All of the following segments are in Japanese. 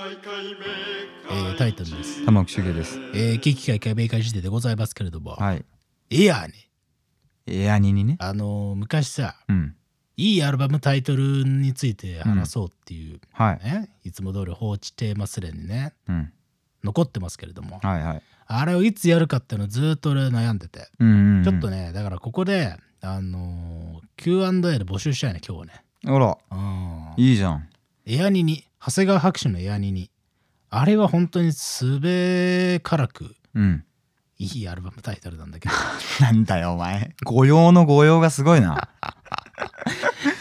えータイトルです。玉木茂です。えー、危機会解明会時点でございますけれども、はい。い、やね、エアニにね。あのー昔さ、うん。いいアルバムタイトルについて話そうっていう、はい。ね、いつも通り放置テーマスレにね、うん。残ってますけれども、はいはい。あれをいつやるかっていうのをずーっと俺悩んでて、うんうん、うん。ちょっとね、だからここで、あのー、Q&A で募集したいね、今日はね。あら、うんいいじゃん。エアニに、長谷川博士のエアニに、あれは本当にすべからくうん。いいアルバムタイトルなんだけど、なんだよ、お前。御用の御用がすごいな。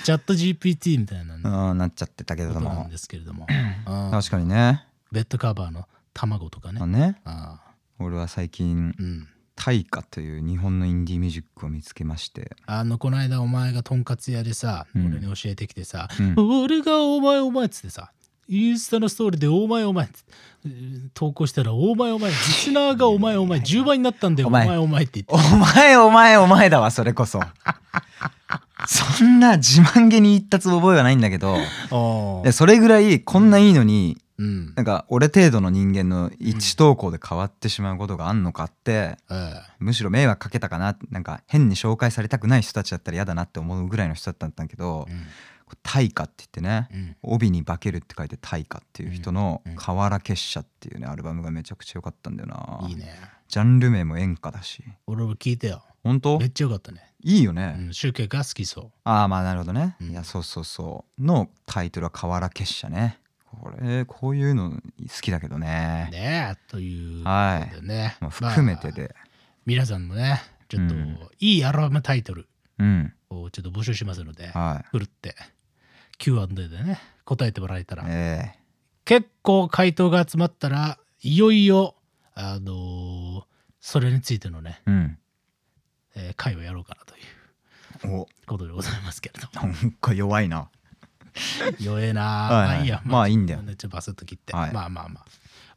チャット GPT みたいなうのん、なっちゃってたけれどなもん。ですけれども、うん確かにね。ベッドカバーの卵とかねまあ。ね。ああ俺は最近、うん、タイカという日本のインディーミュージックを見つけまして。あのこの間お前がとんかつ屋でさ、うん俺に教えてきてさう「ん。俺がお前お前」っつってさインスタのストーリーで「お前お前」っつってえー投稿したら「お前お前」リスナーが「お前お 前」10倍になったんだよ「おお前前お前」って言って お前、お前、お前だわ、それこ そ。そんな自慢げに言ったつ覚えはないんだけど、あでそれぐらいこんないいのに、うんなんか俺程度の人間の一投稿で変わってしまうことがあんのかって、えむしろ迷惑かけたかななんか変に紹介されたくない人たちだったら嫌だなって思うぐらいの人だったんだけどえうん「大化」って言ってねうん帯に「化ける」って書いて「大化」っていう人のうんうん「河原結社」っていうねアルバムがめちゃくちゃ良かったんだよないいねジャンル名も演歌だし俺も聞いてよ本当めっちゃよかったね、いいようねん、集計が好きそああまあなるほどねうんいやそうそうそうのタイトルは「河原結社」ねこれこういうの好きだけどうねねえというはいことでね、まあ含めてまあで皆さんもねちょっと、うんいいアルバムタイトルうんをちょっと募集しますのではい振るって Q&A でね答えてもらえたら、ええ結構回答が集まったらいよいよあのーそれについてのね、うん。えー会をやろうかなというお、ことでございますけれ どもなんか弱いな。弱えなあはいまあはいいいやまあいいんだよちょっとバスッと切って、はいまあまあまあ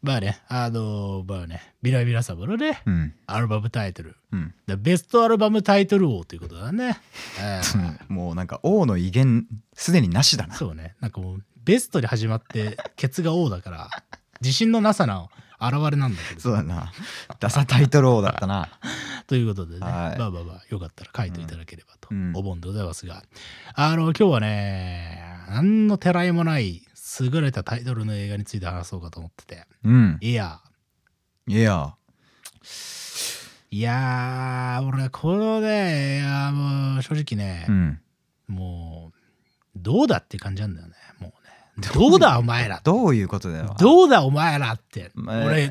まあねあのーまあねビラビラサブのねうん。アルバムタイトルうん。でベストアルバムタイトル王ということだね、えーもうなんか王の威厳すでになしだな。そうねなんかもうベストで始まってケツが王だから 自信のなさな現れなんだけどそうだな。ダサタイトル王だったな。ということでね、はいまあまあまあよかったら書いていただければとうん思うんでございますが、あの今日はね何のてらいもない優れたタイトルの映画について話そうかと思っててうん。いやいや。いやー俺このねいやーもう正直ねう、ん。もうどうだって感じなんだよねもうねどうだお前らってどういうことだよ。どうだお前らって、まあ俺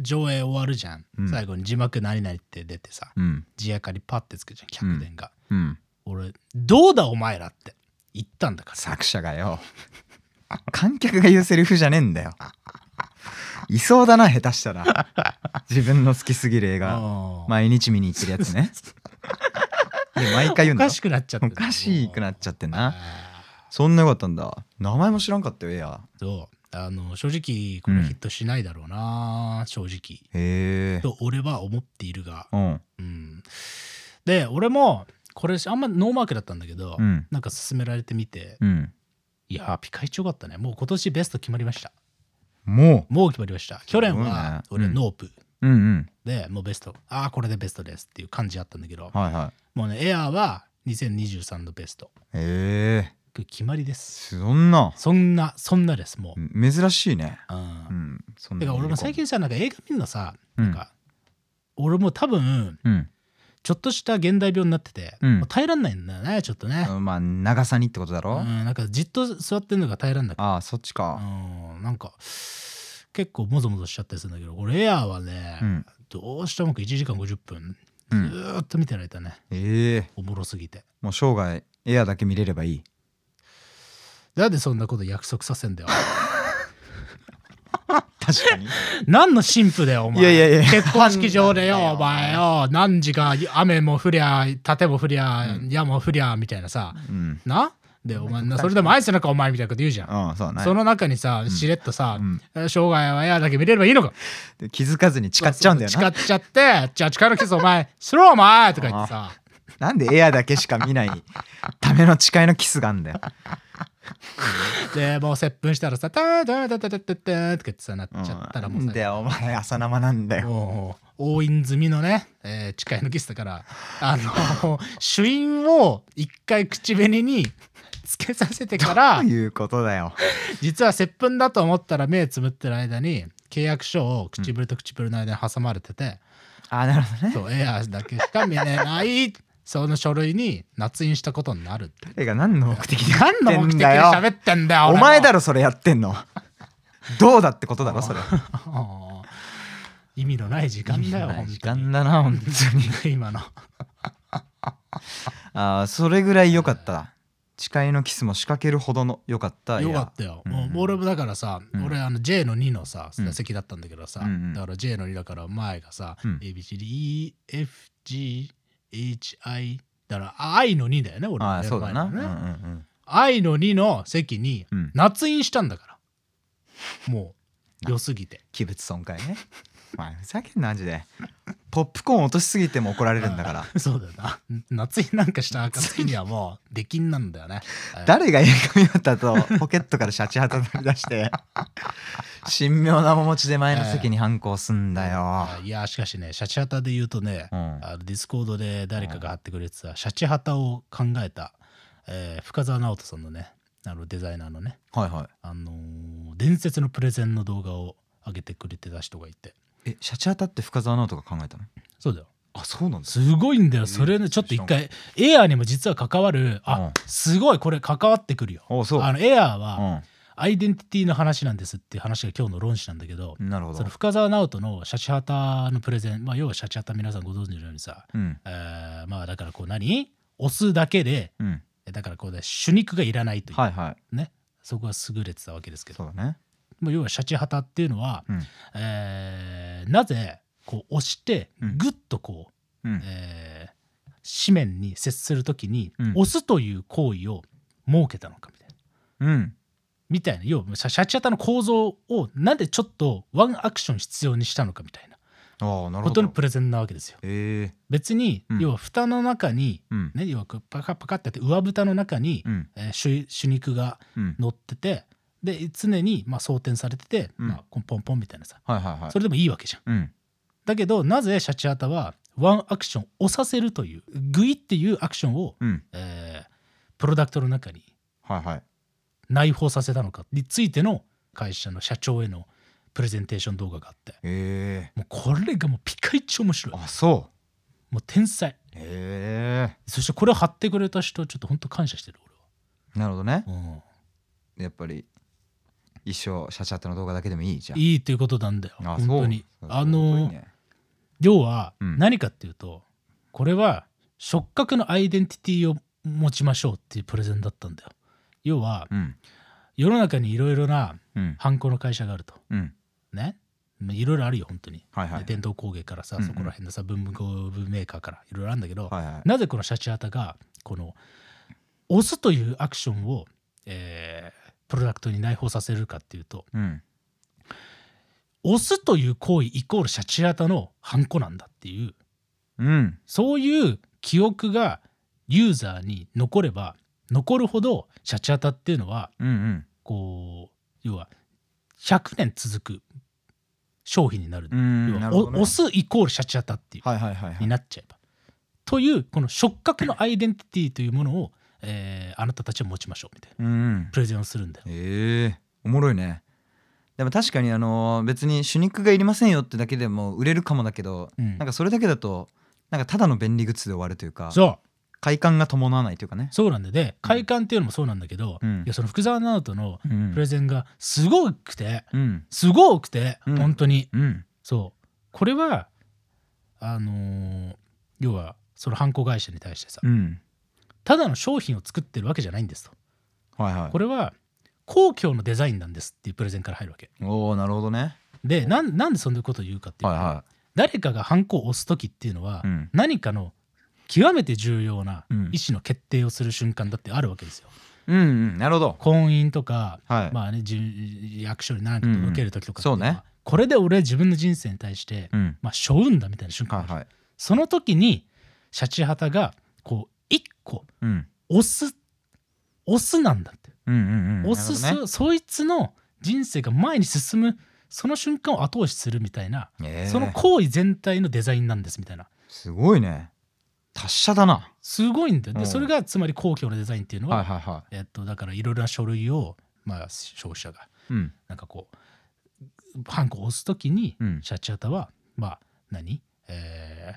上映終わるじゃん、うん最後に字幕何々って出てさうん。字明かりパッてつくじゃん客電が、うん。俺どうだお前らって言ったんだから作者がよ。観客が言うセリフじゃねえんだよ。いそうだな、下手したら。自分の好きすぎる映画。あー毎日見に行ってるやつ ね。で、毎回言うおんだか。しくなっちゃっておかしくなっちゃってんあな。そんなよかったんだ。名前も知らんかったよ、エア。ーそうあの正直これヒットしないだろうな、正直へえ。と俺は思っているが、うん。うん、で俺もこれあんまノーマークだったんだけど、うん。なんか勧められてみて、うん。いやーピカイチよかったねもう今年ベスト決まりましたももう決まりました。去年はすごいね俺うんノープう。うんうん。でもうベスト、ああ、これでベストですっていう感じあったんだけど、はいはもうね、エアーは2023のベスト。こい。へえ。れ決まりです。そんな。そんな、そんなです、もう。珍しいね。うんうん。そんてなかの俺いるも最近さ、なんか映画見るのさ、うんなんか、俺も多分、うん。ちょっとした現代病になってて、うんもう耐えらんないんだよね、ちょっとね。うんまあ、長さにってことだうろん、なんかじっと座ってんのが耐えらんなくて。ああ、そっちうか。ん、なんか、結構もぞもぞしちゃったりするんだけど、俺エアーはね、うん。どうしても1時間50分、うずんーっと見てられたね。ええ。おもろすぎてもう生涯、エアだけ見れればいい。なんでそんなこと約束させんだよ確 かに。何の神父だよお前いやいやいや結婚式場でよなんだよお前よ何時か雨も降りゃ盾も降りゃ、山も降りゃみたいなさうん。なでお前なそれでも愛せなかお前みたいなこと言うじゃん、うん、そうだね。その中にさしれっとさ、うん生涯は嫌だけ見れればいいのかで気づかずに誓っちゃうんだよ誓な。っちゃってじゃあ誓いのキスお前しろお前とか言ってさなんでエアだけしか見ないための誓いのキスがあんだよ。でもう接吻したらさ「タタタタタタタ」ってさなっちゃったらもうなんださ、よお前朝生なんだよもう押印済みのね、えー誓いのキスだからあの朱印を一回口紅につけさせてかとらいうことだよ実は接吻だと思ったら目つむってる間に契約書を唇と唇の間に挟まれてて、 あなるほどねそうエアーだけしか見れないその書類に捺印したことになるって誰が何の目的 でや何のって目ん的でだよ喋ってんだよお前だろろそれやってん のどうだってことだろそれ意味のない時間だよ本時当に間だな本当に今の あーそれぐらい良かった誓いのキスも仕掛けるほどの良かったよかったよ、うんもう俺もだからさ、うん俺あの J の2のさうん席だったんだけどさ、うんうんだから J の2だから前がさ、うん ABCDEFGHI だから I の2だよね俺あのあねそうだな、前うんうのんね I の2の席にうんうん捺印したんだからもう良すぎ て器物損壊ねお前ふざけんなマジでポップコーン落としすぎても怒られるんだからそうだよな夏印なんかした暁にはもう出禁なんだよね誰が映画見終わったとポケットからシャチハタ取り出して神妙な面持ちで前の席に反抗すんだよ、いやしかしねシャチハタで言うとね、うん、あのディスコードで誰かが貼ってくれてた、シャチハタを考えた、えー深澤直人さんのねあのデザイナーのね、はいはあのー伝説のプレゼンの動画を上げてくれてた人がいていえシャチハタって深澤直人が考えたのそうだよあそうなんだすごいんだよえーそれねちょっと一回エアーにも実は関わるうあんすごいこれ関わってくるよおそうあのエアーうはんアイデンティティの話なんですっていう話が今日の論旨なんだけどなるほそどの。深澤直人のシャチハタのプレゼンまあ要はシャチハタ皆さんご存知のようにさうん。えーまあだからこう何押すだけでうん。えだからこうね主肉がいらないという、はいはい。ねそこが優れてたわけですけそどうだね。もう要はシャチハタっていうのは、うんえーなぜこう押してうんグッとこうう、ん。えー紙面に接するときに、うん押すという行為を設けたのかみたいな。うん。みたいな要はシャシャチハタの構造をなんでちょっとワンアクション必要にしたのかみたいなああ、なるこほとのどプ。レゼンなわけですよ。ええ。別に、うん要は蓋の中に、うん。ね、要はこうパカパカってやって上蓋の中に、うん。えー主主肉がうん。乗っててで常にまあ装填されてて、うんまあ、こうポンポンみたいなさはいはいはいそ。れでもいいわけじゃん。うん。だけどなぜシャチハタはワンアクション押させるというグイっていうアクションを、うん。えープロダクトの中にはいはい。内包させたのかについての会社の社長へのプレゼンテーション動画があってええ。もうこれがもうピカイチ面白いあ、そもう天才う。えそしてこれを貼ってくれた人ちょっと本当感謝してるえ。なるほどね。俺は、やっぱり。一生シャチャッタの動画だけでもいいじゃ。うんん、いいということなんだよあ本当にそうあ本当のにーね要はうん何かっていうと、これは触覚のアイデンティティを持ちましょうっていうプレゼンだったんだよ要はうん。世の中にいろいろなうん。ハンコの会社があるとうん。ねまあいろいろあるよ本当に、はいはい。伝統工芸からさうんうんそこら辺のさ文房具メーカーからいろいろあるんだけど、はいはい。なぜこのシャチハタがこの押すというアクションを、えープロダクトに内包させるかっていうとうん。押すという行為イコールシャチハタのハンコなんだっていううん。そういう記憶がユーザーに残れば残るほどシャチハタっていうのはうんうん。こう要は100年続く商品になる,、うん。なるほどね押。すイコールシャチハタっていう、はいはいはいはにい。なっちゃえば。というこの触覚のアイデンティティというものを、えーあなたたちは持ちましょうみたいなうんうん。プレゼンをするんだよ。ええおもろいねでも確かにあの別に主肉がいりませんよってだけでも売れるかもだけど、うんなんかそれだけだとなんかただの便利グッズで終わるというかそう快感が伴わないというかねそうなんだよで快感っていうのもそうなんだけど、うんいやその福沢直人のうプんレゼンがすごくてうんすごくて、うん本当にうんそうこれはあのー要はその犯行会社に対してさ、うんただの商品を作ってるわけじゃないんですとはいはいこれは公共のデザインなんですっていうプレゼンから入るわけおおなるほどねでなんなんでそんなことを言うかっていうはと、いは誰かがハンコを押す時っていうのは、いうん何かの極めて重要なう意ん思の決定をする瞬間だってあるわけですよ。うんうんなるほど婚姻とか、はい、まあね、じゅ役所に何か届ける時とかっていのはうんうんそうねこれで俺自分の人生に対して、うんまあ、背負うんだみたいな瞬間、はいはいその時にシャチハタがこう一個うん押す押すなんだってうんうんうんおすなす、るほそいつの人生が前に進むその瞬間を後押しするみたいな、どねえーその行為全体のデザインなんですみたいなすごいね達者だなすごいんだようでんそれがつまり公共のデザインっていうのは、はいはいはえっと、だからいろいろな書類を、まあ、消費者がいうんなんかこうハンコを押すときに、うんシャチハタはまあ何えー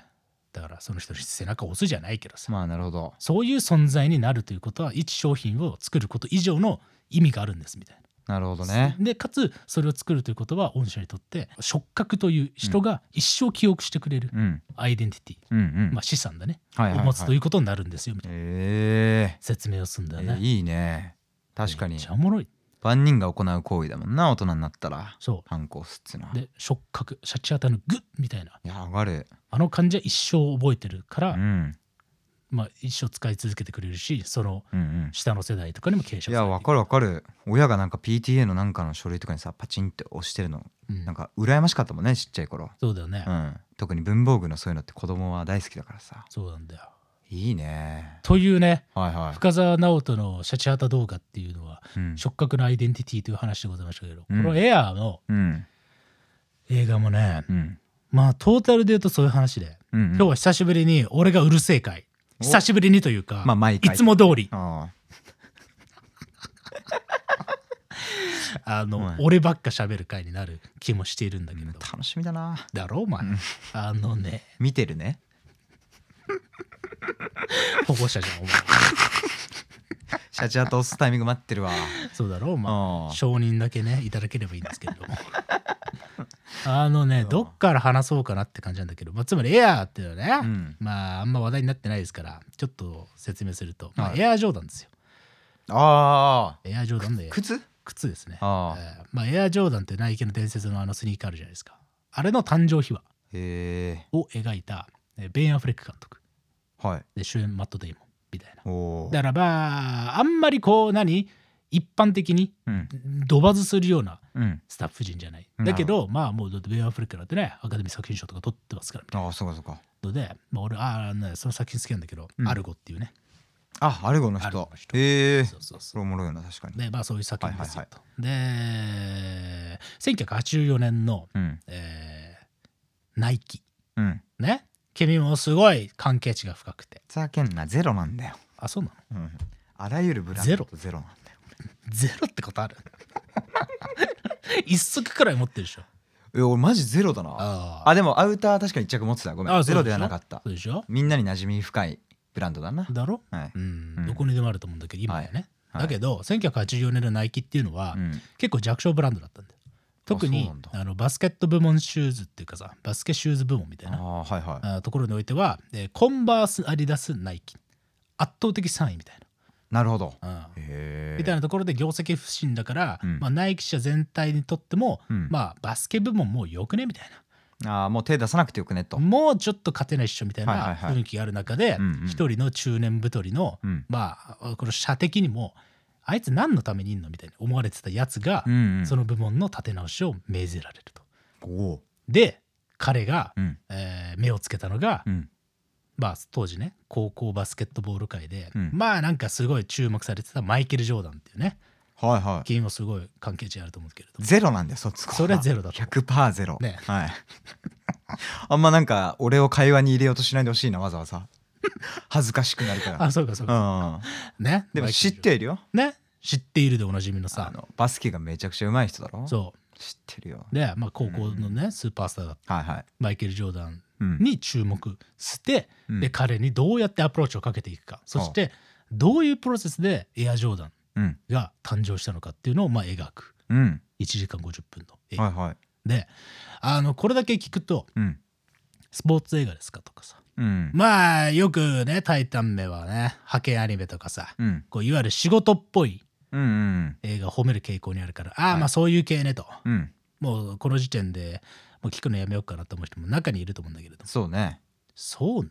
だからその人の背中を押すじゃないけどさ、まあなるほどそういう存在になるということは一商品を作ること以上の意味があるんですみたいな。なるほどねでかつそれを作るということは御社にとって触覚という人が一生記憶してくれるうんアイデンティティ、うんうんまあ、資産だね、はいはいを持つとはいいうことになるんですよみたいなえ説明をするんだーよえね。ーいいね確かめにっちゃおもろい。万人が行う行為だもんな大人になったらそ反抗すっつうのはうで触覚シャチハタのグッみたいないや上がるあの感じは一生覚えてるから、うんまあ、一生使い続けてくれるしそのうんうん下の世代とかにも継承いされていやわかるわかる親がなんか PTA のなんかの書類とかにさパチンって押してるのる、うんなんか羨ましかったもんねちっちゃい頃そうだよね、うん特に文房具のそういうのって子供は大好きだからさそうなんだよいいねというねはいは深澤直人のシャチハタ動画っていうのはいうん触覚のアイデンティティという話でございましたけど、うんこのエアーのうん映画もね、うんまあトータルで言うとそういう話で、うんうん今日は久しぶりに俺がうるせえ会お久しぶりにというか、まあ毎回いつも通りああの、はい俺ばっか喋る会になる気もしているんだけれど、あ楽しみだなだろお前、あの ね見てるね保護者じゃんお前シャチャと押すタイミング待ってる わそうだろお前あ承認だけねいただければいいんですけれ どもあのねどっから話そうかなって感じなんだけど、まあ、つまりエアーっていうのはね、うんまああんま話題になってないですからちょっと説明すると、まあ、はいエアージョーダンですよあエアージョーダンでー靴靴ですね、ああえーまあ、エアージョーダンってナイキの伝説のあのスニーカーあるじゃないですかあれの誕生秘話へえを描いたえーベン・アフレック監督はいで主演マット・デイモンみたいなおおーだからまああんまりこう何一般的にうんドバズするようなうんスタッフ陣じゃない。だなるほどけど、まあもうだってベン・アフレックなんてね、アカデミー作品賞とか取ってますからみたいああそうかそうかなので、まあ、俺、ああ、ね、その作品好きなんだけど、うんアルゴっていうね。あアルゴのアルゴ人の人へえそそうそうそうれおもろいな確かにで、まあそういう作品ですよと。で、1984年の、うんえーナイキ。うんね。君もすごい関係値が深くて。ふざけんなゼロなんだよ、あ、そうなのうん、あらゆるブランドとゼロなんだよゼロってことある 一足くらい持ってるでしょ。え俺マジゼロだなあああ。でもアウター確かに一着持ってたごめあんそうでしゼょロではなかったそうでしょみんなに馴染み深いブランドだなだろはい、うん、うんどこにでもあると思うんだけど今はね、はいはいだけど1984年のナイキっていうのは、うん、結構弱小ブランドだったんだよ特そうになんだあのバスケット部門シューズっていうかさバスケシューズ部門みたいあなあはいはいあところにおいては、えーコンバースアディダスナイキ圧倒的3位みたいなるほどな、うんへえみたいななところで業績不振だから、うんまあ、ナイキ社全体にとっても、うんまあバスケ部門もうよくねみたいなあーもう手出さなくてよくねともうちょっと勝てないっしょみたいはいはないはい雰囲気がある中でうんうん一人の中年太りのうんまあこの社的にもあいつ何のためにいんのみたいに思われてたやつが、うんうんその部門の立て直しを命ぜられると。おおで彼が、うんえー目をつけたのが、うんまあ、当時ね高校バスケットボール界で、うんまあなんかすごい注目されてたマイケル・ジョーダンっていうねはいはい君もすごい関係値あると思うけれどもゼロなんだよそっちそれはゼロだと思う100%ゼロねはい あんまなんか俺を会話に入れようとしないでほしいなわざわざ 恥ずかしくなるかあそうかそうからうんねでもマイケル知ってるよね知っているでおなじみのあさのバスケがめちゃくちゃうまい人だろそ知ってるようで、まあ、高校のね、スーパースターだったはいはいマイケル・ジョーダンうんに注目して、うんで彼にどうやってアプローチをかけていくかそしてどういうプロセスでエアジョーダンうんが誕生したのかっていうのをまあ描くうん1時間50分の映画、はいはいであのこれだけ聞くとうんスポーツ映画ですかとかさうんまあよくね「タイタン」目はね派遣アニメとかさうんこういわゆる仕事っぽいうんうん映画を褒める傾向にあるからああはいまあそういう系ねと、うんもうこの時点でもう聞くのやめようかなと思う人も中にいると思うんだけれどもそうねそうね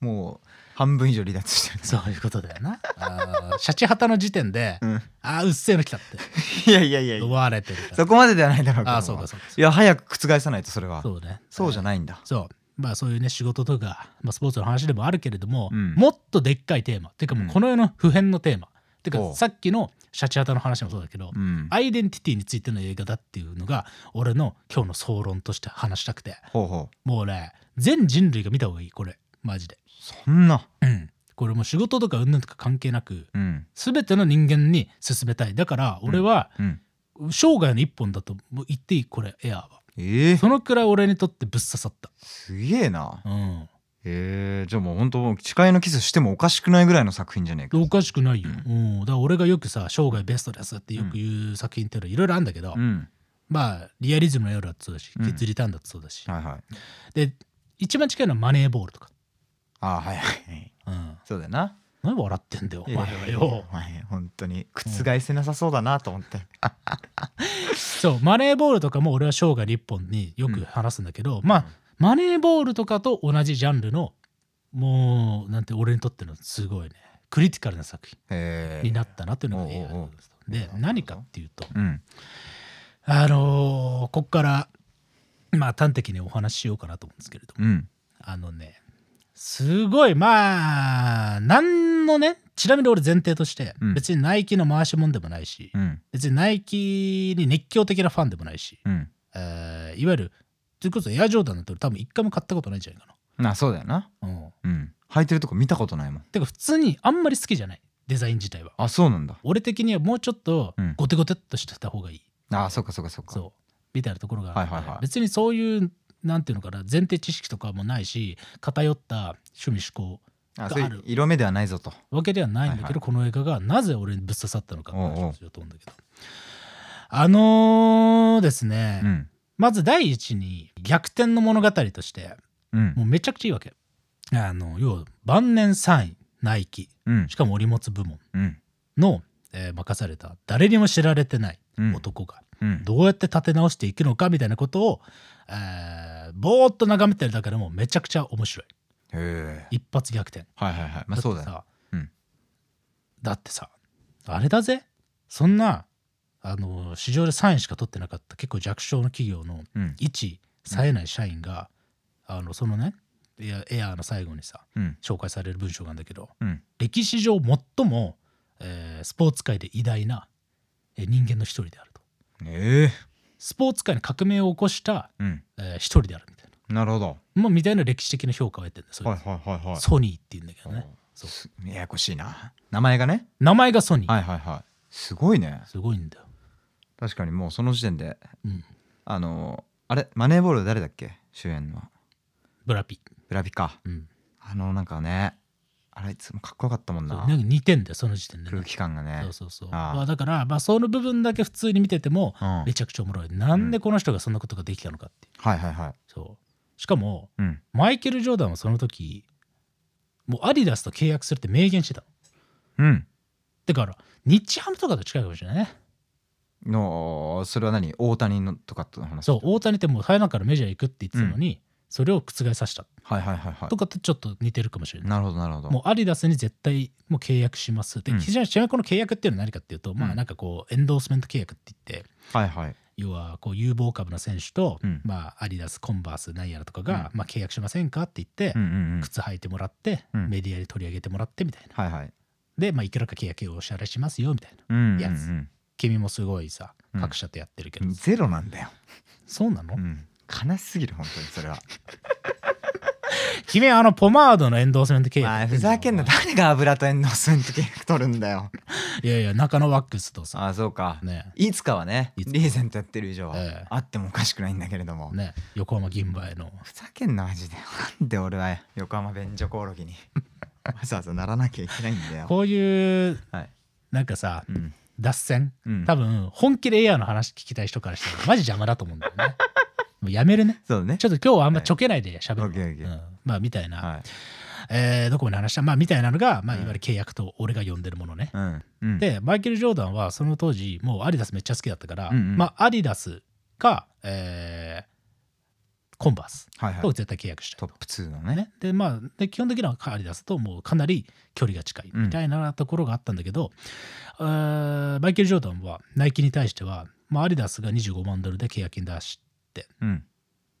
もう半分以上離脱してるそういうことだよな。あーシャチハタの時点で、うん ああ、うっせえの来たっていやいやいやい思やわれてるから。そこまでではないだろうけどああ、そうか、そうか。いや早く覆さないとそれはそうね。そうじゃない。ないんだそう。まあそういうね、仕事とか、まあ、スポーツの話でもあるけれども、うんもっとでっかいテーマ。ていうかもうこの世の普遍のテーマ。てかおうさっきのシャチハタの話もそうだけど、うんアイデンティティについての映画だっていうのが俺の今日の総論として話したくてほうほうもうね全人類が見た方がいいこれマジでそんなうんこれもう仕事とかうんぬんとか関係なくうん全ての人間に進めたいだから俺はうん生涯の一本だともう言っていいこれエアーはええそのくらい俺にとってぶっ刺さったすげえなうんえー、じゃあもう本当誓いのキスしてもおかしくないぐらいの作品じゃねえかおかしくないよ、ううん、だから俺がよくさ生涯ベストですってよく言う作品っていうのはいろいろあるんだけど、うんまあリアリズムの夜だってそうだしうん血リターンだってそうだし、はいはいで一番近いのはマネーボールとか、あーはいはいうん、そうだよな何笑ってんだよお前はいやいやよお前本当に覆せなさそうだなと思ってそうマネーボールとかも俺は生涯日本によく話すんだけど、まあマネーボールとかと同じジャンルのもうなんて俺にとってのすごいねクリティカルな作品えーになったなというのが映画おうおうで何かっていうとうんあのーここからまあ端的にお話ししようかなと思うんですけれどもうんあのねすごいまあ何のねちなみに俺前提としてうん別にナイキの回し者でもないし、うん別にナイキに熱狂的なファンでもないし、うんえーいわゆるそれこそエアジョーダンなんて俺多分一回も買ったことないんじゃないかなそうだよなな。うん、うん履いてるとこ見たことないもんてか普通にあんまり好きじゃないデザイン自体は。あそうなんだ俺的にはもうちょっとうんゴテゴテっとしてた方がいい、あそうかそうかそうかそうみたいなところがあって、はいはいはい別にそういうなんていうのかな前提知識とかもないし偏った趣味思考あがそういあるう色目ではないぞとわけではないんだけど、はいはいこの映画がなぜ俺にぶっ刺さったのかって話おうおをうしようと思うんだけどあのーですね、うんまず第一に逆転の物語としてうんもうめちゃくちゃいいわけあの要は晩年3位ナイキうんしかも織物部門うんの、えー任された誰にも知られてないうん男がうんどうやって立て直していくのかみたいなことを、えーぼーっと眺めてるだけでもめちゃくちゃ面白いへえ一発逆転はいはいはいまあそうだよだってうさんだってさあれだぜそんなあの市場で3位しか取ってなかった結構弱小の企業のうん一冴えない社員が、あのそのねエアエアーの最後にさうん紹介される文章なんだけどうん歴史上最も、えースポーツ界で偉大な、えー人間の一人であるとええスポーツ界に革命を起こした、うんえー一人であるみたいなるほどな、まあ、みたいな歴史的な評価を得てるんです、それはいはいはいはいソニーっていうんだけどねそうすややこしいな名前がね名前がソニー、はいはいはいすごいねすごいんだよ、確かにもうその時点でうん、あのあれマネーボール誰だっけ主演のブラピ、ブラピかうん、あのなんかねあれいつもかっこよかったもんそうななんか似てんだよその時点でね、空気感がねそうそうそうああまあ、だから、まあ、その部分だけ普通に見ててもうんはいめちゃくちゃおもろいなんでこの人がそんなことができたのかっていうはいはいそうしかもうんマイケル・ジョーダンはその時もうアディダスと契約するって明言してたのうんだから日ハムとかと近いかもしれないねのそれは何大谷のとかって話そう大谷ってもう早いからメジャー行くって言ってたのに、それを覆させたはいはいはいはとかってちょっと似てるかもしれいないなるほどなるほどもうアディダスに絶対もう契約しますで、うんちなみにこの契約っていうのは何かっていうと、まうあんなんかこうエンドースメント契約って言ってはいはい要はこう有望株の選手と、うんまあ、アディダスコンバースなんやらとかが、まあ、契約しませんかって言って、うんうんうん靴履いてもらって、うんメディアで取り上げてもらってみたいなはいはいで、まあ、いくらか契約をお支払いしますよみたいなうんうんうやつん君もすごいさうん各社とやってるけど、ゼロなんだよそうなの、うん悲しすぎる本当にそれは君はあのポマードのエンドースメント契約まやっあてふんじゃんざけんな誰が油とエンドースメント契約取るんだよいやいや中野ワックスとさああそうか、ねいつかはねいつかリーゼントやってる以上は、ええあってもおかしくないんだけれども、ね横浜銀杯のふざけんなマジでなんで俺は横浜便所コオロ ギにわざわざならなきゃいけないんだよこういうはいなんかさうん脱線うん多分本気でエアーの話聞きたい人からしたらマジ邪魔だと思うんだよ ねもうやめるねそうだねちょっと今日はあんまちょけないで喋オッる、ケーオッケうー、ん、まあみたいな、はいえーどこまで話したまあみたいなのが、まあ、ういんわゆる契約と俺が呼んでるものね、うんうんでマイケル・ジョーダンはその当時もうアディダスめっちゃ好きだったから、うんうんまあアディダスか、えーコンバースはいはいと絶対契約したいトとップ2のねね、でまあで基本的にはアディダスともうかなり距離が近いうんみたいなところがあったんだけど、えーマイケル・ジョーダンはナイキに対しては、まあ、アディダスが25万ドルで契約金出しうんっ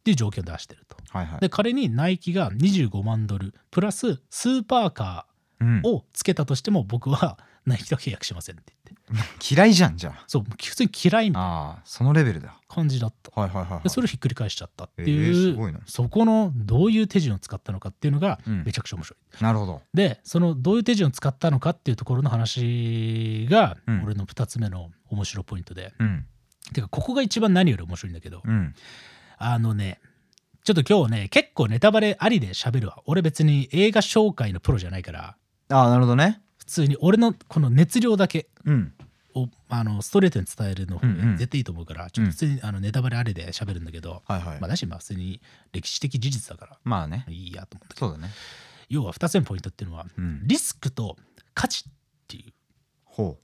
ていう条件を出してると。はいはいで仮にナイキが25万ドルプラススーパーカうんーをつけたとしても僕は何人は契約しませんって言って嫌いじゃんじゃあそう普通に嫌いみたいなああそのレベルだ感じだったはいはいはい、はい、でそれをひっくり返しちゃったってえーいう、すごいなそこのどういう手順を使ったのかっていうのがうんめちゃくちゃ面白い、なるほどでそのどういう手順を使ったのかっていうところの話がうん俺の2つ目の面白いポイントで、うんてかここが一番何より面白いんだけど、うんあのねちょっと今日ね結構ネタバレありで喋るわ俺別に映画紹介のプロじゃないからああなるほどね普通に俺のこの熱量だけうんをあのストレートに伝えるの方うんうんが絶対いいと思うから、ちょっと普通にあのネタバレありで喋るんだけど、はいはいまあまだしまあ普通に歴史的事実だからあねいいやと思ったけどそうだね要は2つ目のポイントっていうのはうんリスクと価値っていうほ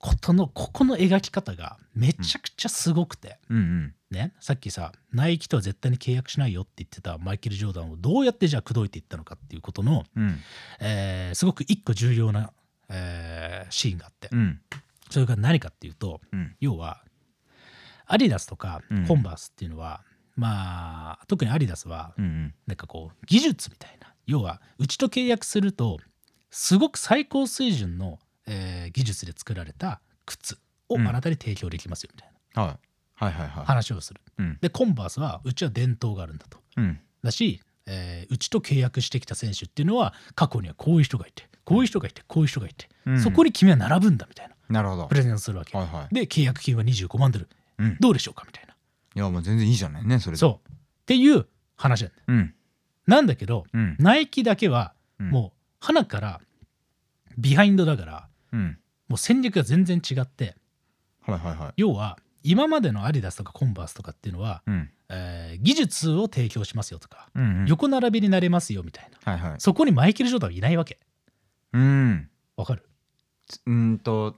ことのここの描き方がめちゃくちゃすごくて、ううんねさっきさナイキとは絶対に契約しないよって言ってたマイケル・ジョーダンをどうやってじゃあ口説いていったのかっていうことの、うんうんえーすごく一個重要な、えーシーンがあってうんそれが何かっていうとうん要はアディダスとかうんコンバースっていうのは、まあ特にアディダスはうんうんなんかこう技術みたいな要はうちと契約するとすごく最高水準の、えー技術で作られた靴をうんあなたに提供できますよみたいはいはいはいなは話をする。いうんでコンバースはうちは伝統があるんだと。うんだし、えーうちと契約してきた選手っていうのは過去にはこういう人がいてこういう人がいてこういう人がいて、うんそこに君は並ぶんだみたいななるほどプレゼンをするわけ。はいはいで契約金は25万ドルうんどうでしょうかみたいな。いやもう全然いいじゃないねそれでそうっていう話なんだようんなんだけどうんナイキだけはうんもう花からビハインドだからうんもう戦略が全然違ってはいはいはい要は今までのアディダスとかコンバースとかっていうのは、うんえー技術を提供しますよとか、うんうん横並びになれますよみたいなはいはいそこにマイケル・ジョーダンはいないわけうんわかるつうーんと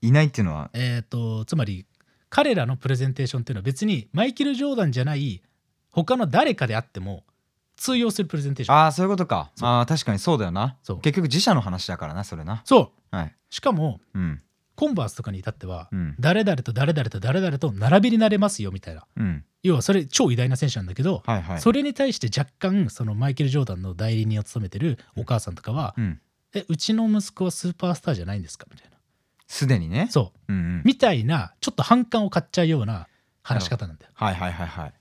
いないっていうのはえっ、とつまり彼らのプレゼンテーションっていうのは別にマイケル・ジョーダンじゃない他の誰かであっても通用するプレゼンテーションああそういうことかそうああ確かにそうだよなそう結局自社の話だからなそれなそはいうしかもうんコンバースとかに至っては、うん誰々と誰々と誰々と並びになれますよみたいなうん要はそれ超偉大な選手なんだけど、はいはいそれに対して若干そのマイケル・ジョーダンの代理人を務めてるお母さんとかは「うんえうちの息子はスーパースターじゃないんですか?」みたいなすでにねそううんうんみたいなちょっと反感を買っちゃうような話し方なんだよはいはいはいはい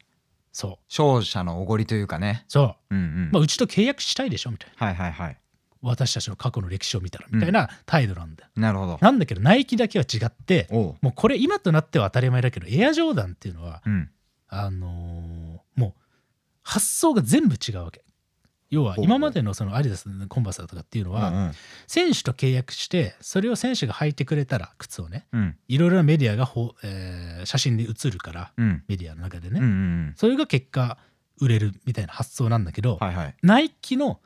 そう勝者のおごりというかねそううんうん、まあ、うちと契約したいでしょみたいなはいはいはい私たちの過去の歴史を見たらみたいな態度なんだよ、なるほどなんだけどナイキだけは違っておうもうこれ今となっては当たり前だけどエアジョーダンっていうのはうんあのーもう発想が全部違うわけ要はほうほう今までのそのアディダスのコンバースだとかっていうのうんうはん選手と契約してそれを選手が履いてくれたら靴をねうんいろいろなメディアがほ、えー写真で写るからうんメディアの中でうんうねんそれが結果売れるみたいな発想なんだけどはいはいナイキの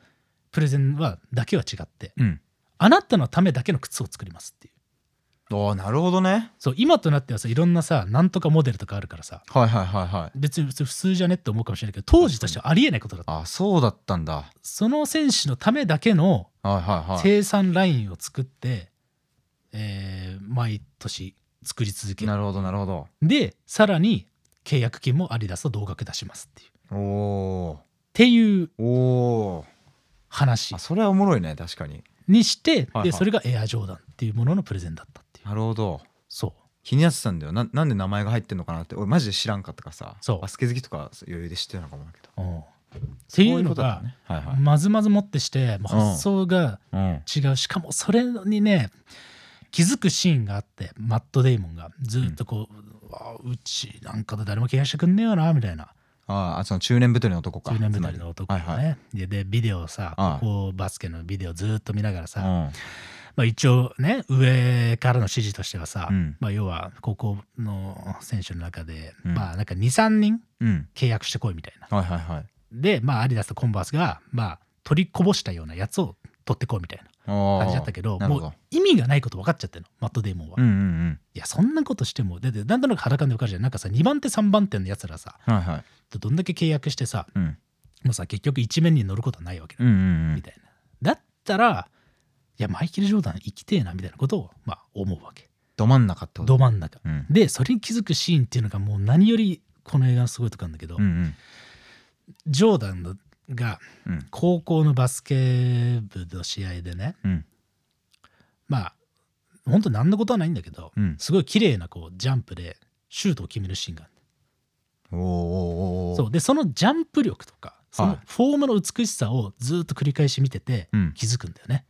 プレゼンはだけは違ってうんあなたのためだけの靴を作りますっていうおーなるほどねそう今となってはさいろんなさなんとかモデルとかあるからさはいはいはいはい別に普通じゃねって思うかもしれないけど当時としてはありえないことだったあそうだったんだはいその選手のためだけのはいはい生産ラインを作って、えー毎年作り続けるなるほどなるほどでさらに契約金もアディダスと同額出しますっていうっおていうおお話ーあそれはおもろいね確かににしてはいはいでそれがエアジョーダンっていうもののプレゼンだったっていうなるほどそ気になってたんだよななんで名前が入ってんのかなって俺マジで知らんかったからさそうバスケ好きとか余裕で知ってたのかもだけどう、うんっていうのがそういうことだねはいはいまずまず持ってしてもううん発想がうん違うしかもそれにね気づくシーンがあってマット・デイモンがずっとこう、うわうちなんかと誰も契約してくんねえよなみたいなああその中年太りの男か中年ぶつまりりの男ね、はいはいででビデオをさああここバスケのビデオずっと見ながらさ、うんまあ、一応ね上からの指示としてはさ、うんまあ、要はここの選手の中で、うんまあなんか23人うん契約してこいみたいなはいはいはいでまあアディダスとコンバースがまあ取りこぼしたようなやつを取ってこいみたいな感感じだったけどなるもほうど意味がないこと分かっちゃってるのマット・デイモンは、ういんうんやそんなことしてもだってなんとなく裸で分かるじゃんなんかさ2番手3番手のやつらさうんはいはいどんだけ契約してさうんもうさ結局一面に乗ることはないわけだうんうんうみんたいな。だったら、いや、マイケル・ジョーダン生きてえな、みたいなことを、まあ、思うわけ。ど真ん中ってことど真ん中。うんで、それに気づくシーンっていうのが、もう何よりこの映画のすごいとこなんだけど、うんうんジョーダンのがうん高校のバスケ部の試合でね、うんまあ、本当何のことはないんだけど、うんすごい綺麗なこうジャンプでシュートを決めるシーンがあるおーおーおーおーそうでそのジャンプ力とかそはのいフォームの美しさをずっと繰り返し見ててうん気づくんだよね、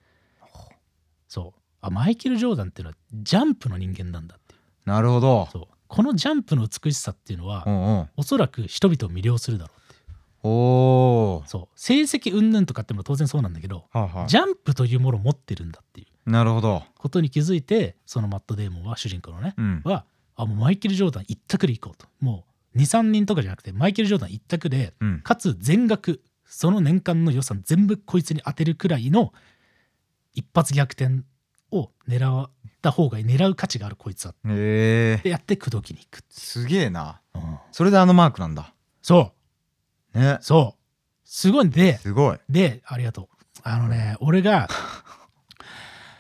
そうあマイケル・ジョーダンっていうのはジャンプの人間なんだっていうなるほどそうこのジャンプの美しさっていうのは、うんうんおそらく人々を魅了するだろうっていうおーそう成績云々とかっても当然そうなんだけど、はいはいジャンプというものを持ってるんだっていうなるほどことに気づいてそのマット・デーモンは主人公のね、うんはあもうマイケル・ジョーダン一択で行こうともう23人とかじゃなくてマイケル・ジョーダン一択でうんかつ全額その年間の予算全部こいつに当てるくらいの一発逆転を狙った方が狙う価値があるこいつはっへえてやって口説きに行く、すげえなうんそれであのマークなんだそうねそうすごいんですごいでありがとうあのね俺が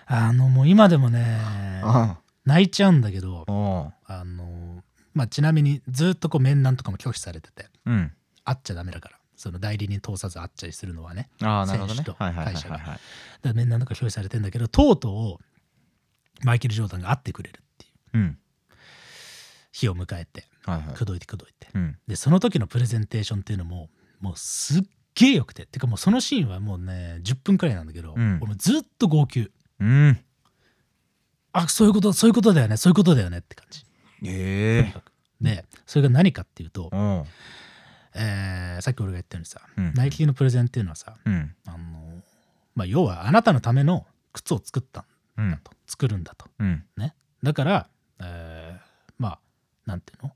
あのもう今でもねあ泣いちゃうんだけどおあのまあちなみにずっとこう面談とかも拒否されててうん会っちゃダメだからその代理人通さず会っちゃりするのはねああなるほどね選手とはいはいはい会社はがいはいだから面談とか拒否されてんだけどとうとうマイケル・ジョーダンが会ってくれるっていううん日を迎えてはいはい口説いて口説いてうんでその時のプレゼンテーションっていうのももうすっげえよくててかもうそのシーンはもうね10分くらいなんだけど、うん俺もずっと号泣うんあそういうことそういうことだよねそういうことだよねって感じとにええかくでそれが何かっていうと、おうえーさっき俺が言ったようにさ、うんナイキのプレゼンっていうのはさうんあの、まあ、要はあなたのための靴を作ったんうだんと、作るんだとうんねだから、えーまあなんていうの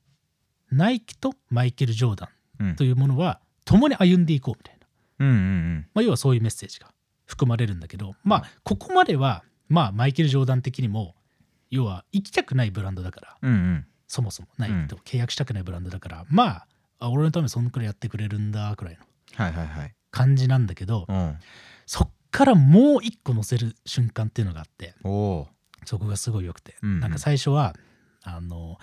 ナイキとマイケル・ジョーダうンんというものは共に歩んでいこうみたいな、うんうんまあ、要はそういうメッセージが含まれるんだけどまあここまではまあマイケル・ジョーダン的にも要は行きたくないブランドだからうんうんそもそもナイキと契約したくないブランドだから、まああ俺のためにそんくらいやってくれるんだくらいのはいはいはい感じなんだけどうんそっからもう一個乗せる瞬間っていうのがあっておおそこがすごい良くて、うんうんなんか最初はあの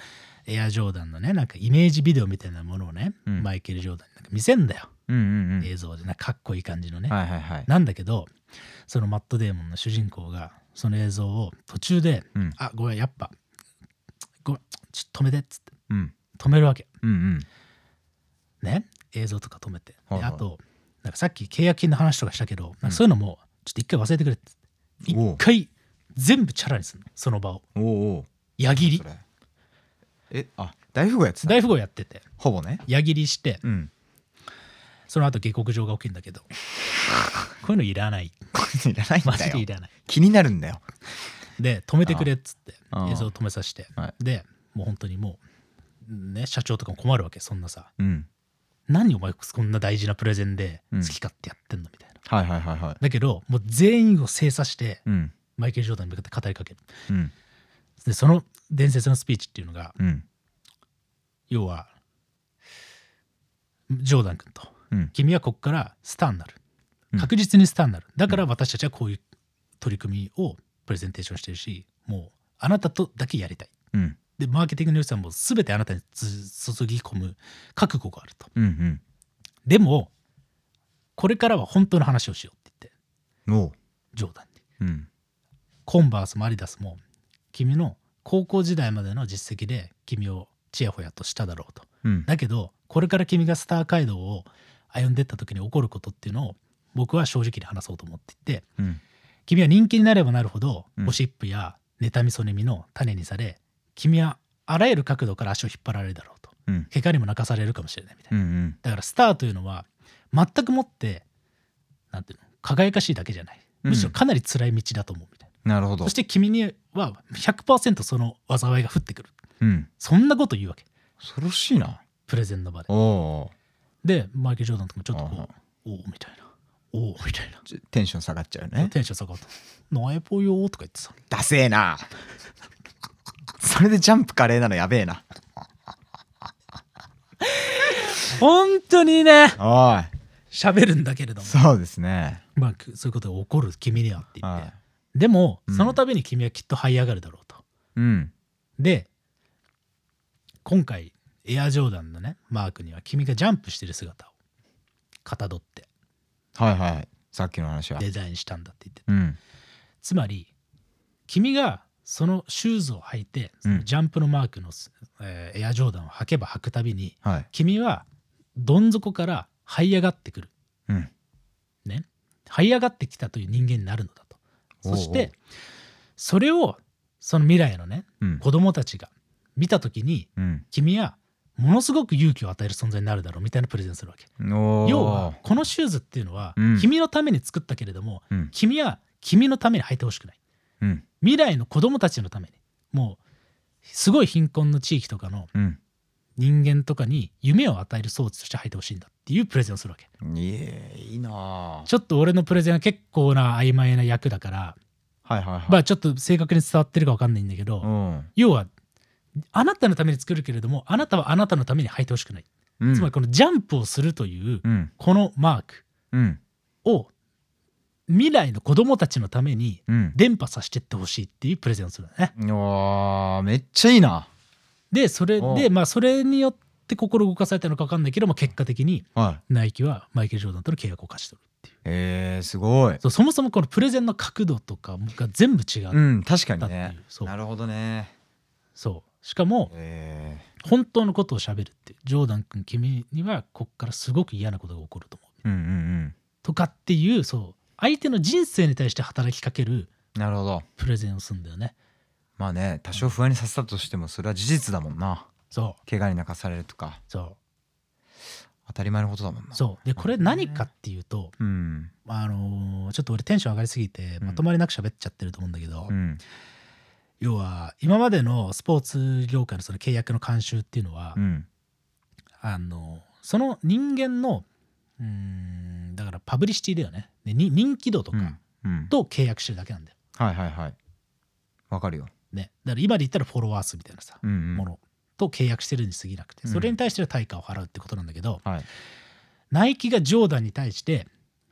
エアジョーダンのねなんかイメージビデオみたいなものをね、うんマイケル・ジョーダンになんか見せんだよ、うんうんうん映像でなんかかっこいい感じのね、はいはいはいなんだけどそのマット・デーモンの主人公がその映像を途中でうん「あごめんやっぱごめんちょっと止めて」っつってうん止めるわけうんうんね映像とか止めて、ではいはいあとなんかさっき契約金の話とかしたけどなんかそういうのもちょっと一回忘れてくれって一おう回全部チャラにするのその場をおおお矢切りそれえあ大富豪やってた大富豪やっててほぼね矢切りしてうん その後下克上が起きるんだけどこういうのいらないこれいらないんマジだでいよらない気になるんだよで止めてくれっつってああ映像を止めさせてはでもう本当にもうね社長とかも困るわけそんなさうん何お前こんな大事なプレゼンで好うんき勝手やってんのみたいな、はいはいはいはいだけどもう全員を精査してうんマイケル・ジョーダンに向かって語りかけるうんでその伝説のスピーチっていうのがうん要はジョーダン君とうん君はここからスターになるうん確実にスターになるだから私たちはこういう取り組みをプレゼンテーションしてるしもうあなたとだけやりたいうんでマーケティングの予算も全てあなたにつ注ぎ込む覚悟があるとうんでもこれからは本当の話をしようって言ってうんおうジョーダンにうんコンバースもアディダスも君の高校時代までの実績で君をちやほやとしただろうとうんだけどこれから君がスター街道を歩んでった時に起こることっていうのを僕は正直に話そうと思っていてうん君は人気になればなるほど、うんゴシップや妬みそねみの種にされ君はあらゆる角度から足を引っ張られるだろうとうん怪我にも泣かされるかもしれないみたいうんうな、んだからスターというのは全くもってなんていうの輝かしいだけじゃないむしろかなり辛い道だと思うみたいな、なるほどそして君には100%その災いが降ってくるうんそんなこと言うわけ恐ろしいなプレゼンの場でおおでマイケル・ジョーダンとかもちょっとあこはうおおみたいなおおみたいなちょテンション下がっちゃうねテンション下がって「ナエポよ」とか言ってさダセえな それでジャンプカレーなのやべえな本当にねおい喋るんだけれどもそうですねまあくそういうことが起こる君にはって言っはてでもうんその度に君はきっと這い上がるだろうというんで今回エアジョーダンのねマークには君がジャンプしてる姿をかたどってはいはいさっきの話はデザインしたんだって言ってうんつまり君がそのシューズを履いて、うんジャンプのマークの、えーエアジョーダンを履けば履くたびにはい。君はどん底から這い上がってくるうん。ね這い上がってきたという人間になるのだとそしおうおうてそれをその未来のねうん。子供たちが見た時にうん。君はものすごく勇気を与える存在になるだろうみたいなプレゼンするわけおー要は、このシューズっていうのは、うん君のために作ったけれどもうん。君は君のために履いてほしくないうん。未来の子供たちのためにもうすごい貧困の地域とかのうん。人間とかに夢を与える装置として履いてほしいんだっていうプレゼンをするわけいえ、いいなあちょっと俺のプレゼンは結構な曖昧な役だからはいはいはい。まあちょっと正確に伝わってるか分かんないんだけど、うん要はあなたのために作るけれどもあなたはあなたのために履いてほしくない、うん。つまりこのジャンプをするといううん。このマークうん。を未来の子供たちのためにうん。伝播させてってほしいっていうプレゼンをするのね。おーめっちゃいいな。でそれおでうまあそれによって心動かされたのか分かんないけども結果的にはい。ナイキはマイケル・ジョーダンとの契約を勝ち取るっていうえー、すごい。そうそもそもこのプレゼンの角度とかが全部違ううっん、確かたにっていう、ね。そうなるほどね。そうしかもえ本当のことを喋るっていうジョーダン君君にはこっからすごく嫌なことが起こると思うー、うんうんとかっていうそう相手の人生に対して働きかけるうん。なるほど。プレゼンをするんだよねまあね、多少不安にさせたとしても、それは事実だもんな。そう怪我に泣かされるとか、そ当たり前のことだもんうな。そうでこれ何かっていうとうん。あのーちょっと俺テンション上がりすぎてまとまりなく喋っちゃってると思うんだけど、うん。要は今までのスポーツ業界のその契約の慣習っていうのは、うん。あのその人間のうーんだからパブリシティだよねでに人気度とうかん。うん。と契約してるだけなんだよ、はいはいはい。わかるよ。ね、だから今で言ったらフォロワー数みたいなさ、うんうん。ものと契約してるに過ぎなくてうんそれに対しての対価を払うってことなんだけど、はい。ナイキがジョーダンに対して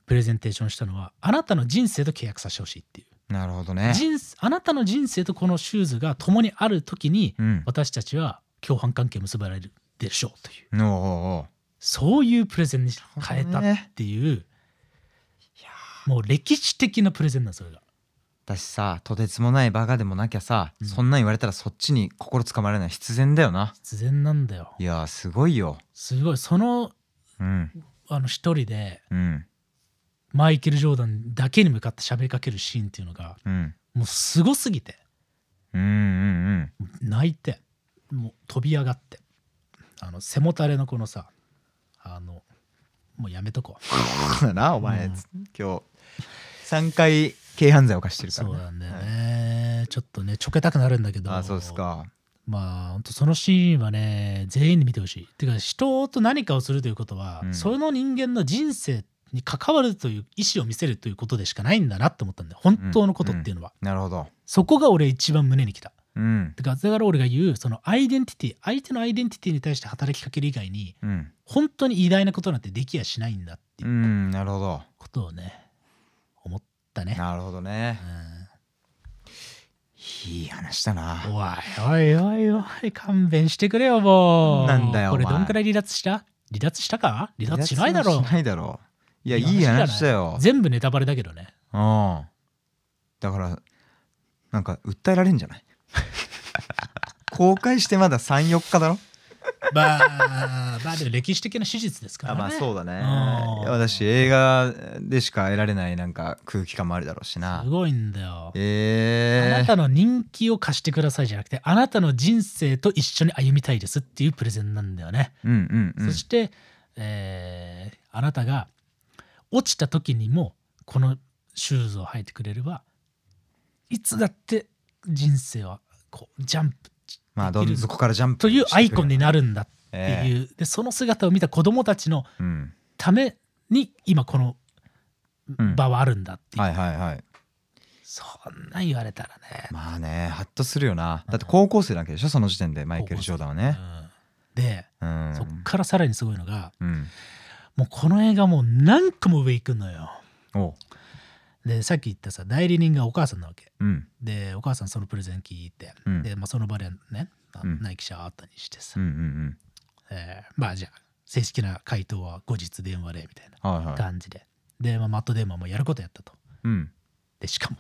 プレゼンテーションしたのはあなたの人生と契約させてほしいっていうなるほどね。人生あなたの人生とこのシューズが共にある時にうん。私たちは共犯関係を結ばれるでしょうというおうおうおうそういうプレゼンに変えたっていう、もう歴史的なプレゼンなんですそれが私さとてつもないバカでもなきゃさ、うんそんなん言われたらそっちに心つかまれない必然だよな必然なんだよいやーすごいよすごいそのうんあの一人でうんマイケル・ジョーダンだけに向かって喋りかけるシーンっていうのがうんもうすごすぎてうんうん泣いてもう飛び上がってあの背もたれのこのさあのもうやめとこううんだなお前、うん今日3回軽犯罪を犯してるかそら、うね、なんだよね、ちょっとねちょけたくなるんだけどあそうですかまあ本当そのシーンはね全員に見てほしい。てか人と何かをするということは、うんその人間の人生に関わるという意思を見せるということでしかないんだなって思ったんだよ本当のことっていうのは、なるほどそこが俺一番胸にきた。うんてかだから俺が言うそのアイデンティティ相手のアイデンティティに対して働きかける以外にうん本当に偉大なことなんてできやしないんだっていううんなるほどことをね思ったね。なるほどねう、いい話だなんおいおいおいおい勘弁してくれよもうなんだよこれお前どんくらい離脱した離脱したか離脱しないだろ離脱しないだろいやいいい話い話だよ全部ネタバレだけどねうんだからなんか訴えられんじゃない 公開してまだ34日だろまあ まあでも歴史的な史実ですからねうだねうん私映画でしか得られないなんか空気感もあるだろうしなすごいんだよあえなーたの人気を貸してくださいじゃなくてあなたの人生と一緒に歩みたいですっていうプレゼンなんだよね、うんうんうんそして、えーあなたが落ちた時にもこのシューズを履いてくれればいつだって人生はこうジャンプまあどん底からジャンプというアイコンにななるんだっってていう、でその姿を見た子供たちのうんために今このうん場はあるんだっていう、はいはいはいそんなん言われたらね、まあねハッとするよなだって高校生なわけでしょその時点でマイケル・ジョーダンはねうんで、うんそっからさらにすごいのがうんもうこの映画もう何個も上行くのよおうでさっき言ったさ代理人がお母さんなわけうんでお母さんそのプレゼン聞いて、うんで、まあ、その場でねあうんナイキ社を後にしてさ、うんうんえーまあじゃあ正式な回答は後日電話でみたいなうんはいはい感じで、で、まあ、マット・デーマンもやることやったとうんでしかも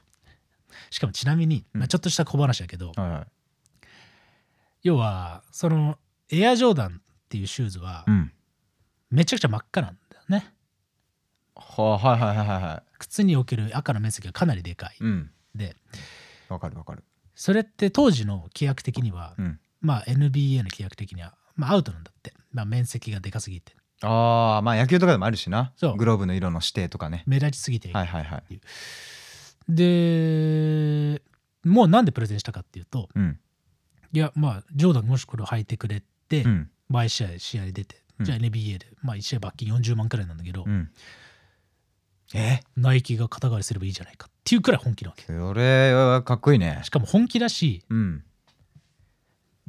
しかもちなみに、うんまあ、ちょっとした小話だけど、はいはい要はそのエアジョーダンっていうシューズはうんめちゃくちゃ真っ赤なんだよねはあはいはいはいはいは靴における赤の面積がかなりでかいいうんでわかるわかるそれって当時の規約的には、うんまあ NBA の規約的には、まあ、アウトなんだって、まあ、面積がでかすぎてああまあ野球とかでもあるしなそうグローブの色の指定とかね目立ちすぎていけなはいいはいはいでもうなんでプレゼンしたかっていうとうんいやまあジョーダンもしこれを履いてくれて、うん毎試合試合に出て、うんじゃあ NBA で、まあ、1試合罰金40万くらいなんだけど、うんえナイキが肩代わりすればいいじゃないかっていうくらい本気なわけそれはかっこいいねしかも本気だしうん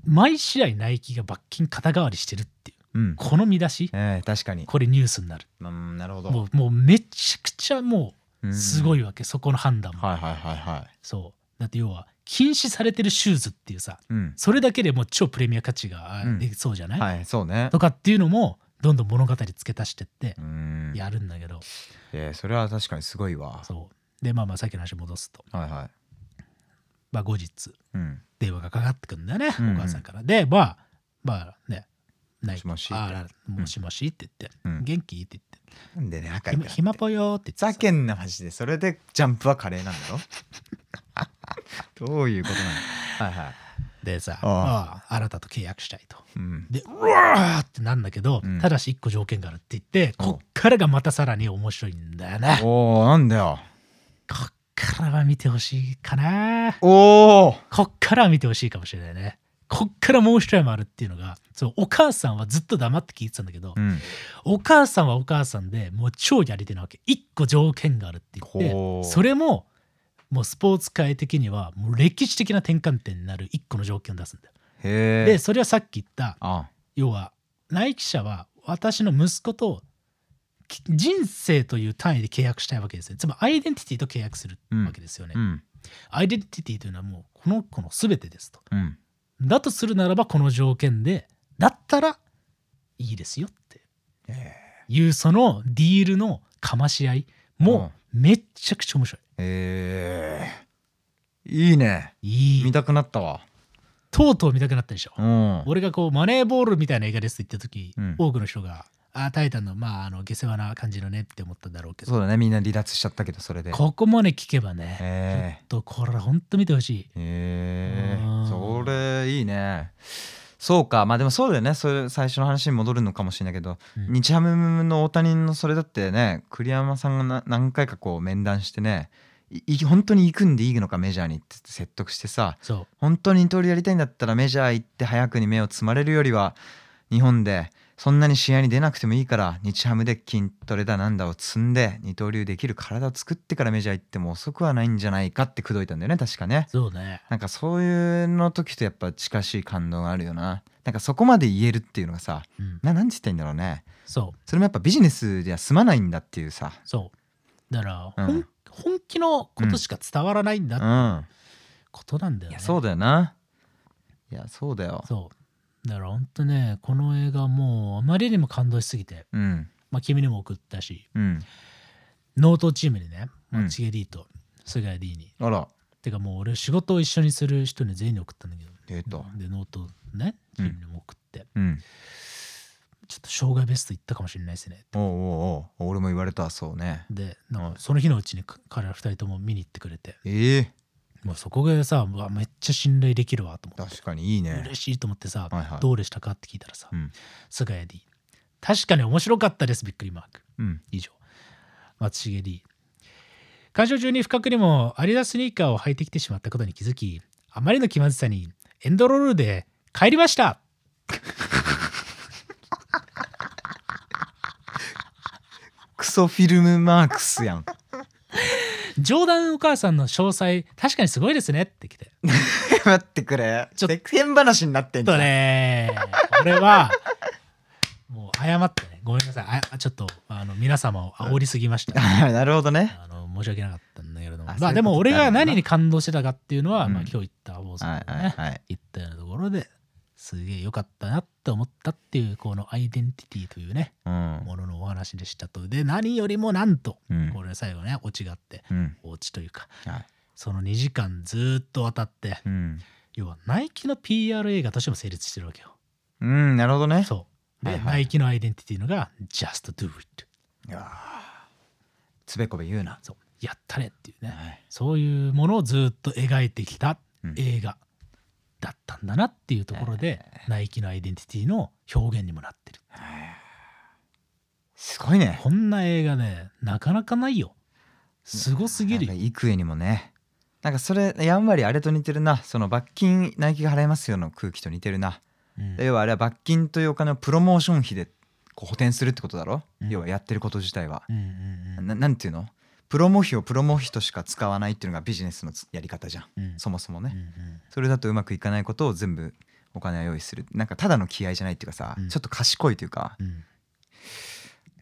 毎試合ナイキが罰金肩代わりしてるっていううんこの見出しえー、確かにこれニュースになるうんなるほもどうもうめちゃくちゃもううんすごいわけ、そこの判断も、はいはいはいはいそうだって要は禁止されてるシューズっていうさうんそれだけでもう超プレミア価値がうんできそうじゃない、はいそうねとかっていうのもどんどん物語付け足してってうんやるんだけど、えー、それは確かにすごいわそうでまあまあさっきの話戻すと、はいはいまあ、後日うん電話がかかってくるんだよね、うんうんお母さんから。でまあまあねないもしもしあらもしもしって言って、うん元気ってなんでね赤言って、ひ暇ぽよって言ってざけんなマジでそれでジャンプはカレーなんだろ どういうことなのはいはいでさああああなたと契約したいと。うんでうわーってなんだけど、うんただし一個条件があるって言っておこっからがまたさらに面白いんだよね。おおなんだよこっからは見てほしいかな。おおこっからは見てほしいかもしれないね。こっからもう一山あるっていうのがそうお母さんはずっと黙って聞いてたんだけど、うんお母さんはお母さんでもう超やり手なわけ一個条件があるって言ってほうそれももうスポーツ界的にはもう歴史的な転換点になる一個の条件を出すんだよ。へえでそれはさっき言ったあ要は内記者は私の息子とき人生という単位で契約したいわけですね。つまりアイデンティティと契約するわけですよね。うんアイデンティティというのはもうこの子の全てですと。うんだとするならばこの条件でだったらいいですよってへいうそのディールのかまし合いもめっちゃくちゃ面白い。えいいねい見いたくなったわとうとう見たくなったでしょ。うん俺がこうマネーボールみたいな映画ですって言った時、うん多くの人が「あータイタンのまああの下世話な感じのね」って思ったんだろうけどそうだねみんな離脱しちゃったけどそれでここもね聞けばね、へちょっとこれほんと見てほしい。うえへえんそれいいねそうかまあでもそうだよねそれ最初の話に戻るのかもしれないけどうん日ハムの大谷のそれだってね栗山さんがな何回かこう面談してねいい本当に行くんでいいのかメジャーにって説得してさそう本当に二刀流やりたいんだったらメジャー行って早くに目をつまれるよりは日本でそんなに試合に出なくてもいいから日ハムで筋トレだなんだを積んで二刀流できる体を作ってからメジャー行っても遅くはないんじゃないかって口説いたんだよね確かね。そうねなんかそういうの時とやっぱ近しい感動があるよな。なんかそこまで言えるっていうのがさうんななんて言ったらいいんだろうね。そうそれもやっぱビジネスでは済まないんだっていうさ、そうだから、うんほん本気のことしか伝わらないんだうっん、いてことなんだよね、やそうだよないやそうだよそうだからほんとねこの映画もうあまりにも感動しすぎて、うんまあ、君にも送ったしうんノートチームにね、まうあ、んチゲ D と菅谷 D に、あらてかもう俺仕事を一緒にする人に全員に送ったんだけどえっとでノートねチームにも送って、うんちょっと生涯ベストいったかもしれないですねおうおうおう俺も言われたそうねでなんうんかその日のうちにか彼ら二人とも見に行ってくれてええもうそこがさうわめっちゃ信頼できるわと思って確かにいいね嬉しいと思ってさ、はいはいどうでしたかって聞いたらさうん菅谷 D 確かに面白かったですびっくりマークうん以上松重 D 鑑賞中に不覚にもアリダスニーカーを履いてきてしまったことに気づきあまりの気まずさにエンドロールで帰りましたクソフィルムマークスやん 冗談お母さんの詳細確かにすごいですねって来て待ってくれちょっと変話になってんちじょっゃとんね、これは、もう謝ってね、ごめんなさい、あちょっとあの皆様を煽りすぎました。あ なるほどねあの申し訳なかったんだけれども、あまそういあうでもこと俺ってあがるんだな何に感動してたかっていうのは、うんまあ今日言った坊さはんいがはね、いはい言ったようなところですげえ良かったなって思ったっていう、このアイデンティティというね、うんもののお話でしたと。で、何よりもなんと、うんこれ最後ね、オチがあって、うんオチというか、はいその2時間ずっと渡ってうん、要はナイキの PR 映画としても成立してるわけよ。うん、なるほどねそう。で、はいはいナイキのアイデンティティのが Just Do It。いやーつべこべ言うな、そう。やったれっていうね。はいそういうものをずっと描いてきたうん映画だったんだなっていうところで、ナイキのアイデンティティの表現にもなってる。すごいねこんな映画ね、なかなかないよ。すごすぎるなよん。か幾重にもねなんかそれやんわりあれと似てるなその罰金ナイキが払いますよの空気と似てるな、うん要はあれは罰金というお金をプロモーション費でこう補填するってことだろ、うん要はやってること自体は、うんうんうんななんていうのプロモ費をプロモ費としか使わないっていうのがビジネスのつやり方じゃんうんそもそもね、うんうんそれだとうまくいかないことを全部お金を用意するなんかただの気合じゃないっていうかさ、うんちょっと賢いというかうん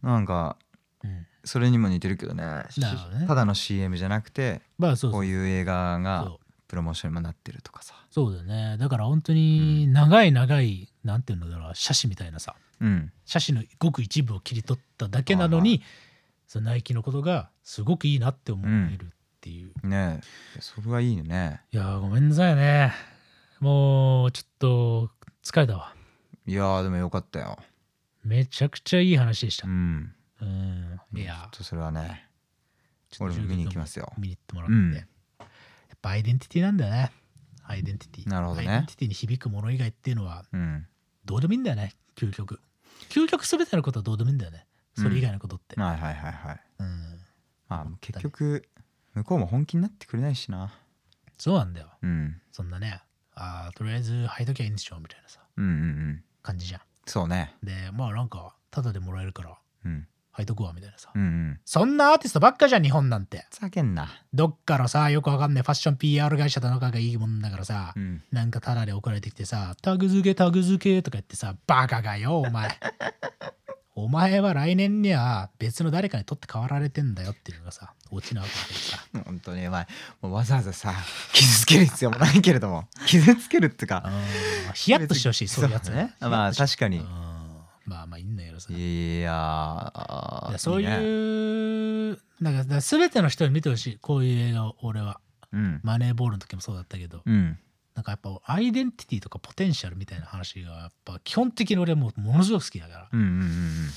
なんかうんそれにも似てるけどねなるほどねただの CM じゃなくてまあそうこそうういう映画そがうプロモーションにもなってるとかさそうだよねだから本当に長い長い、なんていうのだろう写真みたいなさうん写真のごく一部を切り取っただけなのに、はいそのナイキのことがすごくいいなって思えるっていう、ねえそれはいいよねいやーごめんなさいねもうちょっと疲れたわいやーでもよかったよめちゃくちゃいい話でしたう、んうん、いちょやっとそれはねー俺も見に行きますすよ見に行ってもらって、うんやっぱアイデンティティなんだよねアイデンティティなるほどねアイデンティティに響くもの以外っていうのはうんどうでもいいんだよね究極究極全てのことはどうでもいいんだよねそれ以外のことって、はいはいはいはいうん、まあ結局向こうも本気になってくれないしなそうなんだようんそんなねあーとりあえず履いときゃいいんでしょみたいなさうんうんうん感じじゃんそうねでまあなんかタダでもらえるからうん履いとくわみたいなさ、うんうんそんなアーティストばっかじゃん日本なんてふざけんなどっからさよくわかんないファッション PR 会社と仲がいいもんだからさ、うんなんかタダで送られてきてさタグ付けタグ付けとか言ってさバカがよお前 お前は来年には別の誰かに取って代わられてんだよっていうのがさオチなわけでさ本当にお前もうわざわざさ 傷つける必要もないけれども 傷つけるってあかーヒヤッとしてほしいそういうやつねまあヒヤッとし確かにうんまあまあいいんだけどさいやーいやそうねいうなんかだから全ての人に見てほしいこういう映画を俺はうんマネーボールの時もそうだったけど、うんなんかやっぱアイデンティティとかポテンシャルみたいな話がやっぱ基本的に俺はもうものすごく好きだからうんうんうん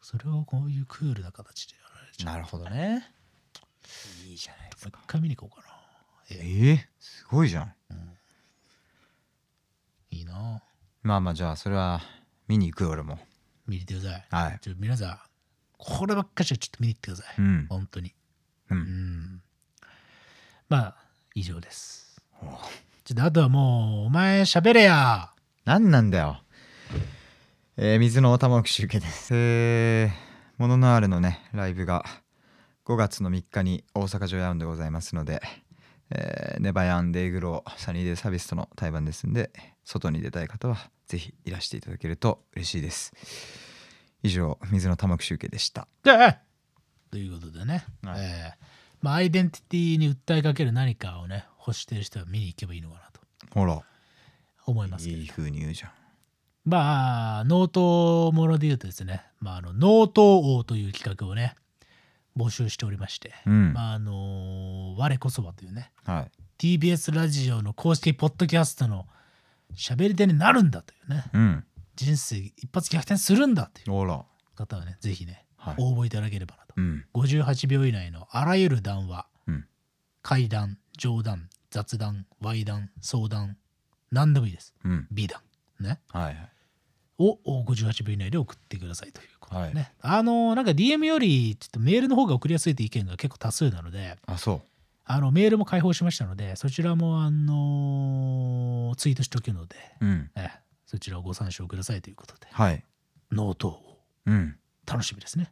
それをこういうクールな形でやられうんちゃうなるほどねいいじゃないですもう一回見に行こうかなえええすごいじゃんいいなまあまあじゃあそれは見に行くよ俺も見に行ってくださいはいちょ皆さんこればっかしはちょっと見に行ってください、うん本当にううんんまあ以上ですちょっとあとはもうお前喋れや何なんだよえー、水の玉置集計ですえー、モノノアールのねライブが5月の3日に大阪城ヤウンでございますので、えー、ネバヤンデイグローサニーデイサービスとの対バンですんで外に出たい方はぜひいらしていただけると嬉しいです以上水の玉置集計でしたでということでね、はいえーまあ、アイデンティティに訴えかける何かをね欲してる人は見に行けばいいのかなとほら思いますけどいい風に言うじゃんまあノートもので言うとですね、まあ、あのノート王という企画をね募集しておりまして、うん、まああのー我こそはというねはい TBS ラジオの公式ポッドキャストの喋り手になるんだというねうん人生一発逆転するんだというほら方はねぜひねはい応募いただければなとうん58秒以内のあらゆる談話、うん怪談冗談雑談歪談相談何でもいいですうん美談ねはいはいを58秒以内で送ってくださいということでね、あのーなんか DM よりちょっとメールの方が送りやすいという意見が結構多数なのであそあのメールも開放しましたのでそちらもあのーツイートしておくので、ううんええそちらをご参照くださいということではいノートをうん楽しみですね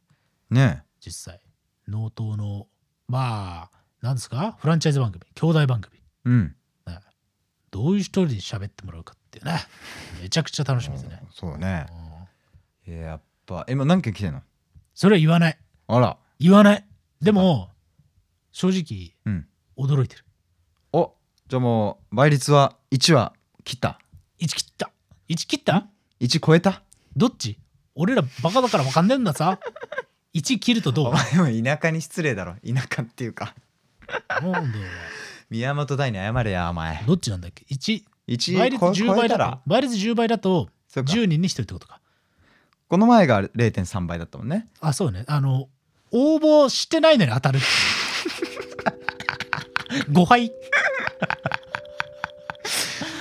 ね実際納刀のまあ何ですかフランチャイズ番組兄弟番組えうんねどういう人に喋ってもらうかっていうねめちゃくちゃ楽しみですね、そうだねうんいややっぱえ今何件来てんのそれは言わないあら言わないでも正直うん驚いてるおじゃあもう倍率は1は切った1切った1切った1超えたどっち俺らバカだから分かんねえんださ1切るとどうお前も田舎に失礼だろ田舎っていうかなんだよ宮本大に謝れや、お前。どっちなんだっけ ?1、 1倍率こ10超え倍ただらと、倍率10倍だとそうか10人に1人ってことか。この前が0.3倍だったもんね。あ、そうね。あの、応募してないのに当たるってい う。5敗。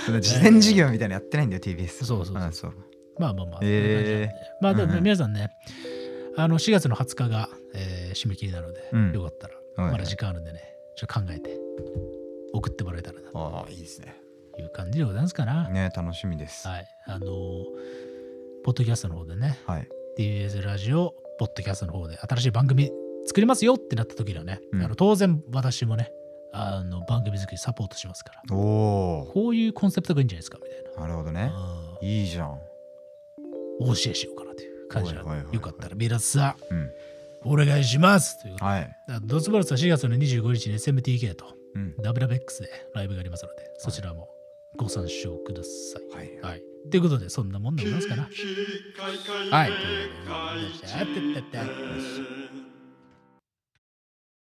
その事前授業みたいなのやってないんだよ、TBS。そうそうそうんそう。まあまあまあ。えまあでもうんうん皆さんね、あの4月の20日が、えー締め切りなので、うんよかったら、はいまだ時間あるんでね、ちょっと考えて送ってもらえたらなああ、いいですね。という感じでございますかな。ね、楽しみです。はい。あのーポッドキャストの方でね、はい。 TBS ラジオ、ポッドキャストの方で新しい番組作りますよってなった時にはね、うんあの当然私もね、あの番組作りサポートしますから、おおこういうコンセプトがいいんじゃないですかみたいな。ー。なるほどね。うんいいじゃん。お教えしようかなという感じなはいはいのはいで、はいよかったら皆さうん。ん、お願いしますということではい。あドツボルスは4月の25日に SMTK とうん。 WX でライブがありますので、そちらもご参照ください。はい。はい。ということで、そんなもんでございますかな。はい。はい。ということでまた明日やってってってはい